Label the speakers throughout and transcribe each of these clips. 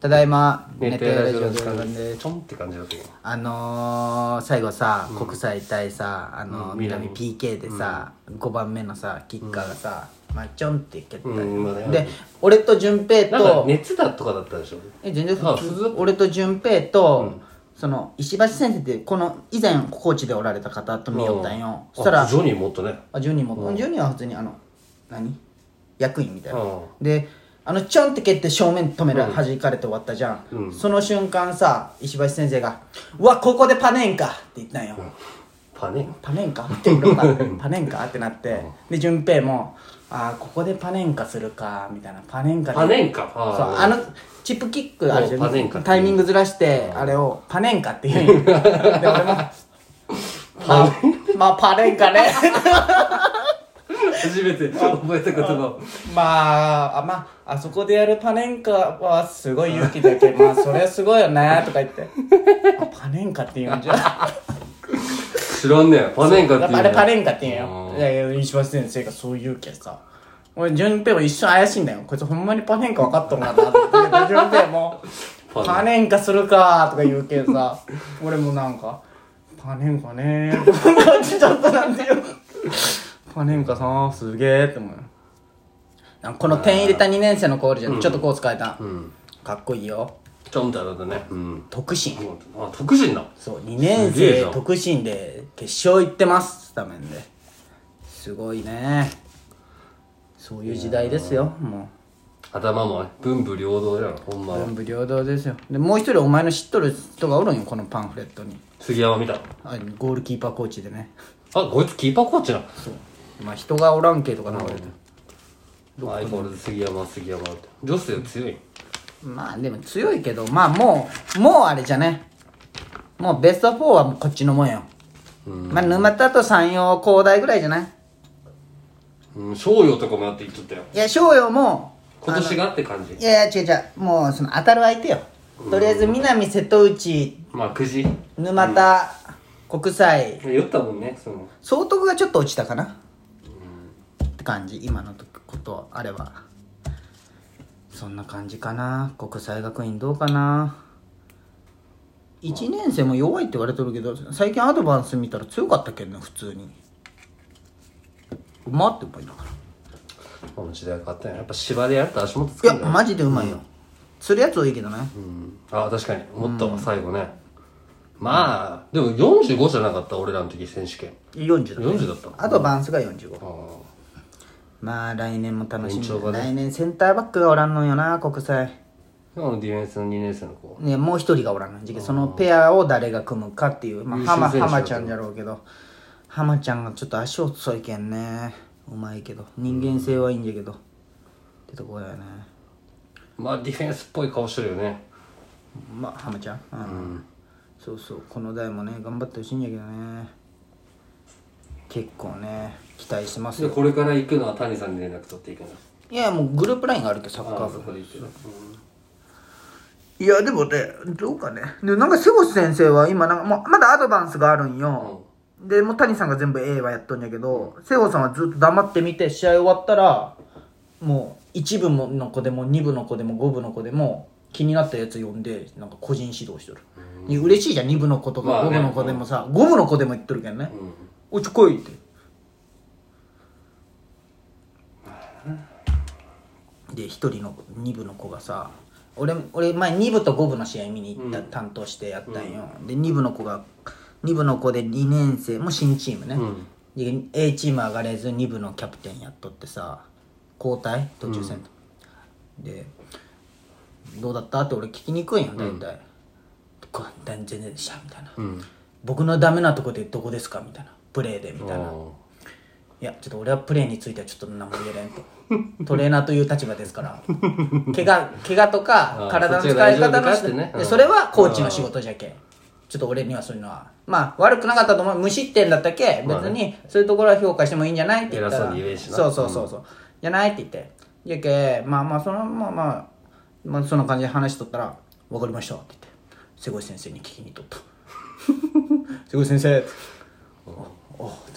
Speaker 1: ただいま
Speaker 2: 寝てラジオの時間
Speaker 1: で
Speaker 2: が
Speaker 1: す
Speaker 2: ねちょんって感じだと思う
Speaker 1: あのー、最後さ、国際対さあのー、
Speaker 2: うん
Speaker 1: 南
Speaker 2: 南
Speaker 1: PK でさ、五5番目のさキッカーがさ、まあちょんって蹴ったよ、
Speaker 2: うんまあね
Speaker 1: で俺と順平
Speaker 2: なんか
Speaker 1: と、
Speaker 2: 熱だとかだったでしょ
Speaker 1: え全然
Speaker 2: あ
Speaker 1: 普通
Speaker 2: 普通
Speaker 1: 俺と順平と、その石橋先生ってこの以前コーチでおられた方と見よったんよ、そしたら
Speaker 2: あジョニーもっとね
Speaker 1: あジョニーも、ジョニーは普通にあの何役員みたいな、
Speaker 2: うん
Speaker 1: であのチョンって蹴って正面止める、弾かれて終わったじゃん、その瞬間さ石橋先生が「うわここでパネンか!」って言ったんよ、
Speaker 2: パネン
Speaker 1: パネンカって言うからパネンカってなってで順平も「ああここでパネンカするか」みたいなパネンカで
Speaker 2: パネンカ
Speaker 1: そう
Speaker 2: あ
Speaker 1: あのチップキックあるじゃ
Speaker 2: おパネンカ
Speaker 1: んタイミングずらしてあれをパネンカって言 うんよで俺もまあ、まあ、パネンカね
Speaker 2: 初めて覚えた言葉
Speaker 1: まあ、あ、まあ、あそこでやるパネンカはすごい勇気だけど、まあ、それはすごいよね、とか言って。あパネンカって言うんじゃん。
Speaker 2: 知らんねえパネンカっていう
Speaker 1: あ
Speaker 2: の
Speaker 1: れパネンカって言うん
Speaker 2: う
Speaker 1: よ。
Speaker 2: ん
Speaker 1: いやいや、石橋先生がそう言うけどさ。俺、順平も一瞬怪しいんだよ。こいつほんまにパネンカ分かっとるなと思って。順平も、パネンカするかとか言うけどさ。俺もなんか、パネンカねー。こんな感じだったなんだよ。パネンカさん、すげーって思うよ。なんかこの点入れた2年生の子おるじゃん。ちょっとこう使えた。かっこいいよ。
Speaker 2: ちょんってあれだねうん
Speaker 1: 特進。
Speaker 2: あ特進な
Speaker 1: そう、2年
Speaker 2: すげえじ
Speaker 1: 生
Speaker 2: ゃん
Speaker 1: 特進で決勝行ってます、スタメンで。すごいね。そういう時代ですよ、も
Speaker 2: 頭もね文武両道じゃんほんま
Speaker 1: う。
Speaker 2: は
Speaker 1: 文武両道ですよ。で、もう一人お前の知っとる人がおるんよ、このパンフレットに。
Speaker 2: 杉山見た
Speaker 1: あゴールキーパーコーチでね。
Speaker 2: あこいつキーパーコーチな
Speaker 1: そう。まあ人がおらんけとか流れて。
Speaker 2: 相変わらず杉山杉山って女性強い
Speaker 1: まあでも強いけど、まあもう、もうあれじゃね。もうベスト4はもうこっちのもんよ。まあ沼田と山陽高大ぐらいじゃない
Speaker 2: うん商用とかもやっていっとったよ
Speaker 1: いや、翔陽も、
Speaker 2: 今年がって感じ
Speaker 1: いやいや違う違うもうその当たる相手よとりあえず南瀬戸内
Speaker 2: まあくじ
Speaker 1: 沼田、国際
Speaker 2: 言ったもんねその
Speaker 1: 総督がちょっと落ちたかな、って感じ今のとことあればそんな感じかな国際学院どうかな1年生も弱いって言われてるけど最近アドバンス見たら強かったけどね普通にうまって思いながら
Speaker 2: この時代変わったよやっぱ芝でやると足元つ
Speaker 1: い
Speaker 2: く
Speaker 1: や
Speaker 2: んだよ
Speaker 1: マジでうまいよ、釣るやつ多いけどね、
Speaker 2: うんあ確かにもっと最後ねまあでも45じゃなかった俺らの時選手権
Speaker 1: 40だね
Speaker 2: 40だった
Speaker 1: アドバンスが45
Speaker 2: あー
Speaker 1: まあ来年も楽しみ
Speaker 2: 延長
Speaker 1: だ、
Speaker 2: がね
Speaker 1: 来年センターバックがおらんのよな国際
Speaker 2: あのディフェンスの2年生の子
Speaker 1: ねもう一人がおらんのじゃけそのペアを誰が組むかっていうまあ
Speaker 2: 優
Speaker 1: ハマ
Speaker 2: 秀選手だ
Speaker 1: ハマちゃんじゃろうけどハマちゃんがちょっと足遅いけんねうまいけど人間性はいいんじゃけど、ってとこだよね
Speaker 2: まあディフェンスっぽい顔してるよね
Speaker 1: まあハマちゃんうん、そうそうこの代もね頑張ってほしいんやけどね結構ね期待してます
Speaker 2: で
Speaker 1: よ
Speaker 2: これから行くのは谷さんに連絡取っていくの
Speaker 1: いやもうグループラインがあるけどサッカ
Speaker 2: あ
Speaker 1: ー
Speaker 2: そ
Speaker 1: 部
Speaker 2: こで行ってる
Speaker 1: いや、でもね、どうかね。でなんか、瀬越先生は今なんか、もうまだアドバンスがあるんよ。で、もう谷さんが全部 A はやっとんやけど、瀬越さんはずっと黙ってみて、試合終わったら、もう、1部の子でも、2部の子でも、5部の子でも、気になったやつ呼んで、なんか個人指導しとる。いや嬉しいじゃん、2部の子と
Speaker 2: ま
Speaker 1: か
Speaker 2: あ
Speaker 1: 5
Speaker 2: ね
Speaker 1: 部の子でもさ、5部の子でも言っとるけんね。
Speaker 2: うん
Speaker 1: おいちょこいって。で一人の二部の子がさ俺俺前二部と五部の試合見に行った、担当してやったんよ、で二部の子が二部の子で2年生もう新チームね、で A チーム上がれず二部のキャプテンやっとってさ交代途中戦と、でどうだったって俺聞きに行くんよ大体、こう全然でしたみたいな、僕のダメなとこでどこですかみたいなプレーでみたいな「いやちょっと俺はプレーについてはちょっと何も言えれん」と「トレーナーという立場ですから怪我怪我とか
Speaker 2: あー
Speaker 1: 体の使い
Speaker 2: そっち
Speaker 1: 方
Speaker 2: が大丈夫
Speaker 1: の
Speaker 2: か
Speaker 1: し
Speaker 2: ってねうん
Speaker 1: でそれはコーチの仕事じゃけんちょっと俺にはそういうのはまあ悪くなかったと思う無失点だったけ別にそういうところは評価してもいいんじゃないって言ったら
Speaker 2: 偉そうに言えんしな
Speaker 1: そうそうそうそう、じゃないって言ってじゃけまあまあそのまあまあ、まあ、その感じで話しとったら「分かりました」って言って瀬越先生に聞きに行っとった 「瀬越先生」おおと思って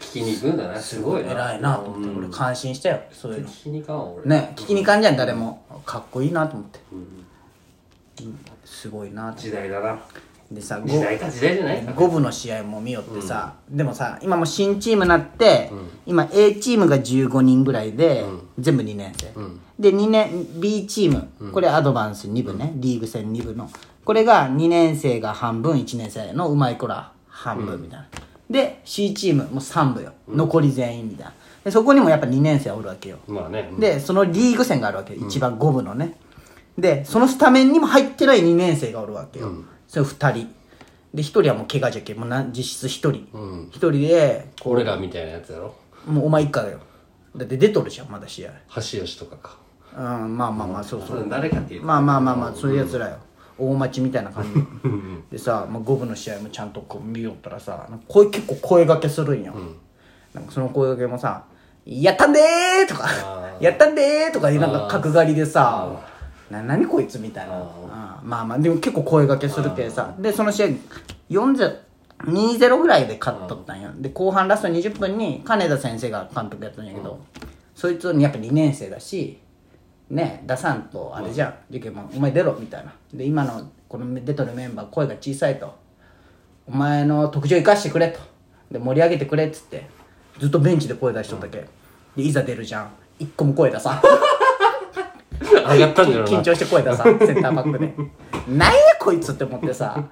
Speaker 2: 聞きに行くんだねすごい
Speaker 1: 偉いなと思って俺感心したよそういうの
Speaker 2: 聞きに行かんわ俺
Speaker 1: ね聞きに行かんじゃん誰もかっこいいなと思ってすごいなって
Speaker 2: 時代だな
Speaker 1: でさ
Speaker 2: 時
Speaker 1: ご
Speaker 2: 代か時代じゃないか
Speaker 1: 五分の試合も見よってさ、でもさ今もう新チームになって、今 A チームが15人ぐらいで、全部2年生、で2年 B チーム、これアドバンス2部ね、リーグ戦2部のこれが2年生が半分1年生のうまい子ら半分みたいな、で C チームもう3部よ、残り全員みたいなでそこにもやっぱ2年生はおるわけよ、
Speaker 2: まあね
Speaker 1: でそのリーグ戦があるわけ、一番五分のねでそのスタメンにも入ってない2年生がおるわけよ、それ2人で1人はもう怪我じゃけもうな実質1人、
Speaker 2: うん
Speaker 1: 1人でこ
Speaker 2: 俺らみたいなやつやろ
Speaker 1: うもうお前一家だよだって出とるじゃんまだ試合
Speaker 2: 橋吉とかか
Speaker 1: うんまあまあまあそうそう
Speaker 2: 誰かっていうと
Speaker 1: まあまあまあまあそういうやつらよ、大町みたいな感じでさ、まあ、五分の試合もちゃんとこう見よったらさなんか声結構声掛けするんよ、なんかその声掛けもさ「やったんでー!」とか
Speaker 2: あ
Speaker 1: 「やったんでー!」とかなんか角刈りでさ「な何こいつ」みたいなあーまあまあでも結構声掛けするけさでその試合40 2-0ぐらいで勝っとったんよで後半ラスト20分に金田先生が監督やったんやけど、そいつやっぱ2年生だしね出さんとあれじゃん、でけもお前出ろみたいなで今のこの出とるメンバー声が小さいとお前の特徴生かしてくれとで盛り上げてくれっつってずっとベンチで声出しとったけ、でいざ出るじゃん一個も声出さん
Speaker 2: 上がったんじゃろう
Speaker 1: 緊
Speaker 2: な
Speaker 1: 張して声出さんセンターバック でなんやこいつって思ってさ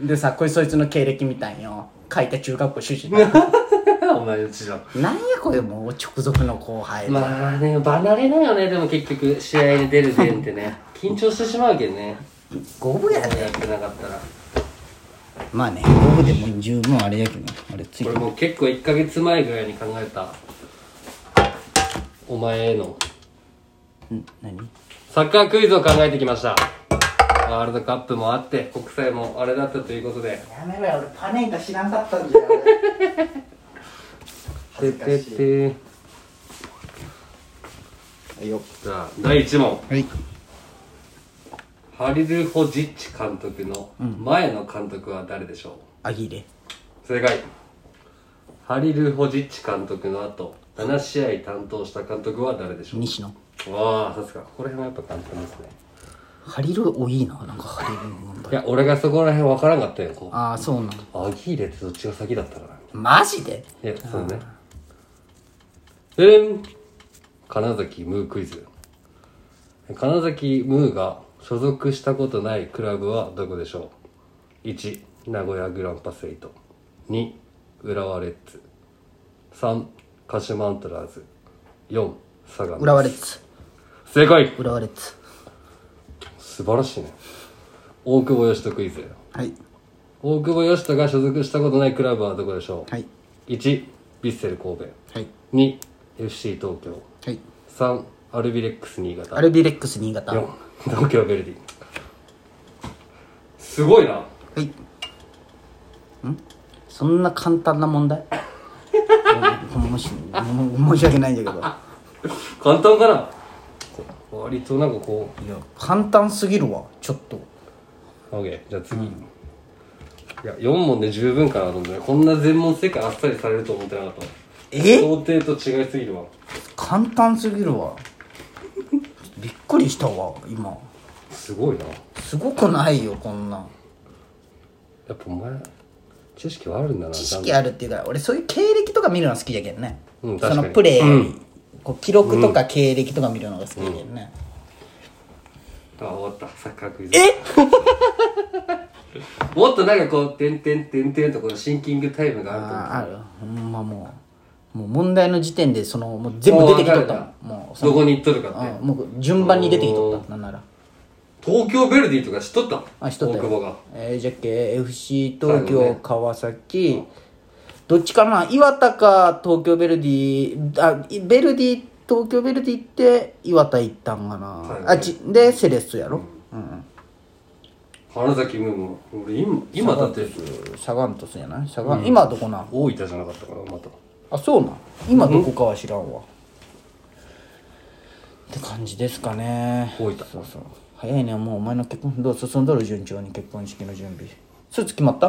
Speaker 1: でさこいつそいつの経歴みたいんよ書いた中学校出身
Speaker 2: お前うちの
Speaker 1: なんやこれもう直属の後輩で、
Speaker 2: まあね離れないよねでも結局試合に出る前ってね緊張してしまうけどね
Speaker 1: 五分や
Speaker 2: や
Speaker 1: で
Speaker 2: ってなかったら
Speaker 1: まあね、五分でも十分あれやけど、あれつい
Speaker 2: これもう結構1ヶ月前ぐらいに考えたお前への
Speaker 1: ん何
Speaker 2: サッカークイズを考えてきましたワールドカップもあって国際もあれだったということで
Speaker 1: やめろよ、俺パネンカ知らんかったんじゃん。恥ずかしい。
Speaker 2: て
Speaker 1: はいよ。
Speaker 2: じゃあ第1問
Speaker 1: はい。
Speaker 2: ハリルホジッチ監督の前の監督は誰でしょう、
Speaker 1: アギレ。
Speaker 2: 正解ハリルホジッチ監督の後7試合担当した監督は誰でしょう
Speaker 1: 西野。
Speaker 2: わあさすがここら辺はやっぱ簡単ですね
Speaker 1: ハリル多いな、なんかハリルの問題。
Speaker 2: いや俺がそこら辺分からんかったよこう
Speaker 1: ああ、そうなん。
Speaker 2: アギーレってどっちが先だったかな
Speaker 1: マジで
Speaker 2: いやそうねでれん金崎ムークイズ金崎ムーが所属したことないクラブはどこでしょう1名古屋グランパスエイト2浦和レッズ3鹿島アントラーズ4佐賀
Speaker 1: 浦和レッズ。
Speaker 2: 正解
Speaker 1: 浦和レッズ。
Speaker 2: 素晴らしいね大久保嘉人クイズ
Speaker 1: はい。
Speaker 2: 大久保嘉人が所属したことないクラブはどこでしょう、
Speaker 1: はい。
Speaker 2: 1ヴィッセル神戸
Speaker 1: はい。
Speaker 2: 2 FC 東京
Speaker 1: はい。
Speaker 2: 3アルビレックス新潟
Speaker 1: アルビレックス新潟。
Speaker 2: 4
Speaker 1: は。
Speaker 2: 東京ヴェルディすごいない
Speaker 1: んそんな簡単な問題うんもしも申し訳ないんだけど。
Speaker 2: 簡単かな割となんかこ
Speaker 1: いや、簡単すぎるわ、ちょっと。
Speaker 2: う OK じゃあ次、いや4問で十分かなと思ってこんな全問正解あっさりされると思ってなかった
Speaker 1: え
Speaker 2: 想定と違いすぎるわ
Speaker 1: 簡単すぎるわびっくりしたわ今
Speaker 2: すごいなや
Speaker 1: すごくないよこんなん
Speaker 2: っぱお前知識はあるんだな
Speaker 1: 知
Speaker 2: 知
Speaker 1: 識あるっていうか俺そういう経歴とか見るの好きじゃけんね、
Speaker 2: うん
Speaker 1: そ
Speaker 2: 確か
Speaker 1: の
Speaker 2: に
Speaker 1: プレー、こう記録とか経歴とか見るのが好きじゃけんね、
Speaker 2: あ終わったサッカークイズえ もっとなんかこう「てんてんてんてん」とこのシンキングタイムがあると思う
Speaker 1: ああるほんまもうもう問題の時点でそのもう全部出てきとったもんもうそ
Speaker 2: ど
Speaker 1: の
Speaker 2: こに行っとるかって
Speaker 1: あもう順番に出てきとったなんなら
Speaker 2: 東京ヴェルディとか知っとった
Speaker 1: あしとった
Speaker 2: 大久保が
Speaker 1: よ、えー、じゃっけ FC 東京、
Speaker 2: 最後ね
Speaker 1: 川崎、どっちかな岩田か東京ヴェルディあいヴェルディ東京ヴェルディって岩田行ったんかな、
Speaker 2: 最後ね
Speaker 1: あちでセレッソやろ、うん
Speaker 2: 花崎ムーも俺今今だって
Speaker 1: サガン鳥栖やないサガン、今どこなん
Speaker 2: 大分じゃなかったからまた
Speaker 1: あそうなん今どこかは知らんわ、って感じですかね
Speaker 2: 大分
Speaker 1: そうそう早いねもうお前の結婚どう進んどる順調に結婚式の準備スーツ決まった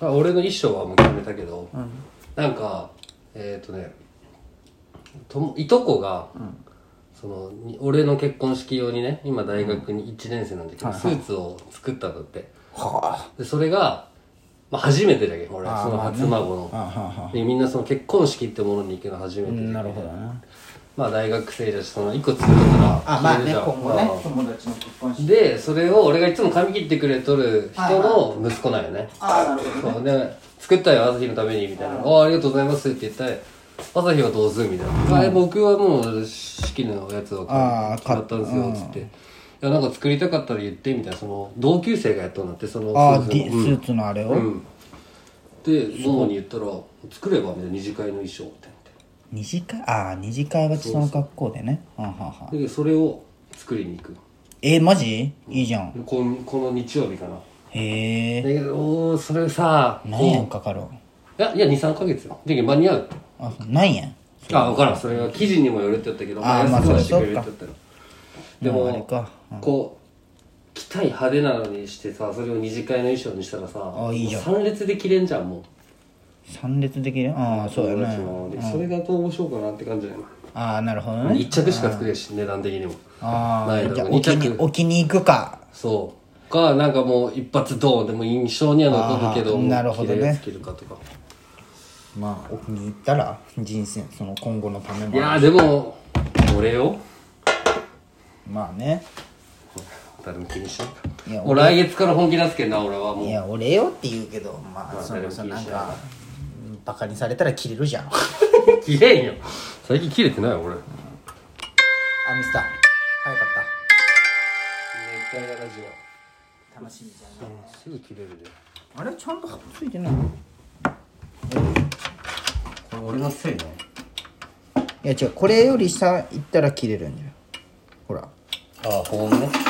Speaker 2: あ俺の衣装はもう決めたけど、なんかえっ、ー、とねともいとこが、そのに俺の結婚式用にね今大学に1年生なんだけど、スーツを作ったんだって
Speaker 1: は
Speaker 2: でそれが、まあ、初めてだけど俺
Speaker 1: あー
Speaker 2: その
Speaker 1: まあね
Speaker 2: 初孫
Speaker 1: あは
Speaker 2: の、
Speaker 1: は
Speaker 2: でみんなその結婚式ってものに行くの初めてだけど
Speaker 1: なるほどね
Speaker 2: まあ大学生だしその1個作ったから
Speaker 1: あまあ
Speaker 2: 着
Speaker 1: ね
Speaker 2: れるじゃん
Speaker 1: 今後ね
Speaker 2: まあ
Speaker 1: 友達の結婚式
Speaker 2: でそれを俺がいつも髪切ってくれとる人の息子なんよね、
Speaker 1: ああなるほどね
Speaker 2: そうで作ったよ朝日のためにみたいな「ああありがとうございます」って言ったら「朝日はどうする?」みたいな「あえ僕はもう式のやつを
Speaker 1: ああ
Speaker 2: 買っ買ったんですよ」っつって。いやなんか作りたかったら言ってみたいなその同級生がやったんだってその
Speaker 1: ああ
Speaker 2: 夫
Speaker 1: ス
Speaker 2: 婦のうん
Speaker 1: ーツのあれを、
Speaker 2: うんでモモに言ったら「作れば」みたいな二次会の衣装って
Speaker 1: 二次会ああ二次会はその格好でねはんはんはん
Speaker 2: でそれを作りに行く
Speaker 1: えー、マジいいじゃん
Speaker 2: でこんこの日曜日かなだ
Speaker 1: へえ
Speaker 2: けどおーそれさ
Speaker 1: 何円かかる
Speaker 2: いやいや23か月よで間に合うって
Speaker 1: あ何円
Speaker 2: あ分からんそれは記事にもよるって言ったけど
Speaker 1: あーまあ
Speaker 2: 安くはしてくれる
Speaker 1: そうか
Speaker 2: って言ったらで
Speaker 1: で
Speaker 2: も
Speaker 1: もあれか
Speaker 2: こう着たい派手なのにしてさそれを二次会の衣装にしたらさ
Speaker 1: あいいじゃん
Speaker 2: もう3列で着れんじゃんもう
Speaker 1: 三列できるああそうや
Speaker 2: 友
Speaker 1: ね
Speaker 2: 達もでそれがどう面白いかなって感じだよな
Speaker 1: ああなるほどね
Speaker 2: 1着しか作れんし値段的にも
Speaker 1: あ
Speaker 2: な
Speaker 1: あ
Speaker 2: いの
Speaker 1: じゃあ
Speaker 2: 2
Speaker 1: 置きに
Speaker 2: 着
Speaker 1: 置きに行くか
Speaker 2: そうかなんかもう一発ドーンでも印象には残るけ
Speaker 1: あ
Speaker 2: ど
Speaker 1: ー
Speaker 2: もう
Speaker 1: なるほどね
Speaker 2: 着れるやつ着るかとか
Speaker 1: まあ置きに行ったら人生その今後のため
Speaker 2: いや
Speaker 1: も
Speaker 2: ーでも俺よ
Speaker 1: まあね
Speaker 2: 誰も気にしないか
Speaker 1: いや
Speaker 2: 俺来月から本気出すけんな俺はもう
Speaker 1: いや俺よって言うけどまあ
Speaker 2: あ
Speaker 1: そ
Speaker 2: 誰
Speaker 1: の
Speaker 2: も気
Speaker 1: そ
Speaker 2: に
Speaker 1: のなん
Speaker 2: しな
Speaker 1: かバカにされたら切れるじゃんあ
Speaker 2: 切れんよ最近切れてない俺
Speaker 1: ミスター早かっ
Speaker 2: 熱帯夜ラジ
Speaker 1: た楽しみじゃん
Speaker 2: オすぐ切れるで
Speaker 1: あれちゃんとはっついてない
Speaker 2: これ俺のせいない
Speaker 1: や違うこれより下行ったら切れるんじゃんほら
Speaker 2: ああ保温ね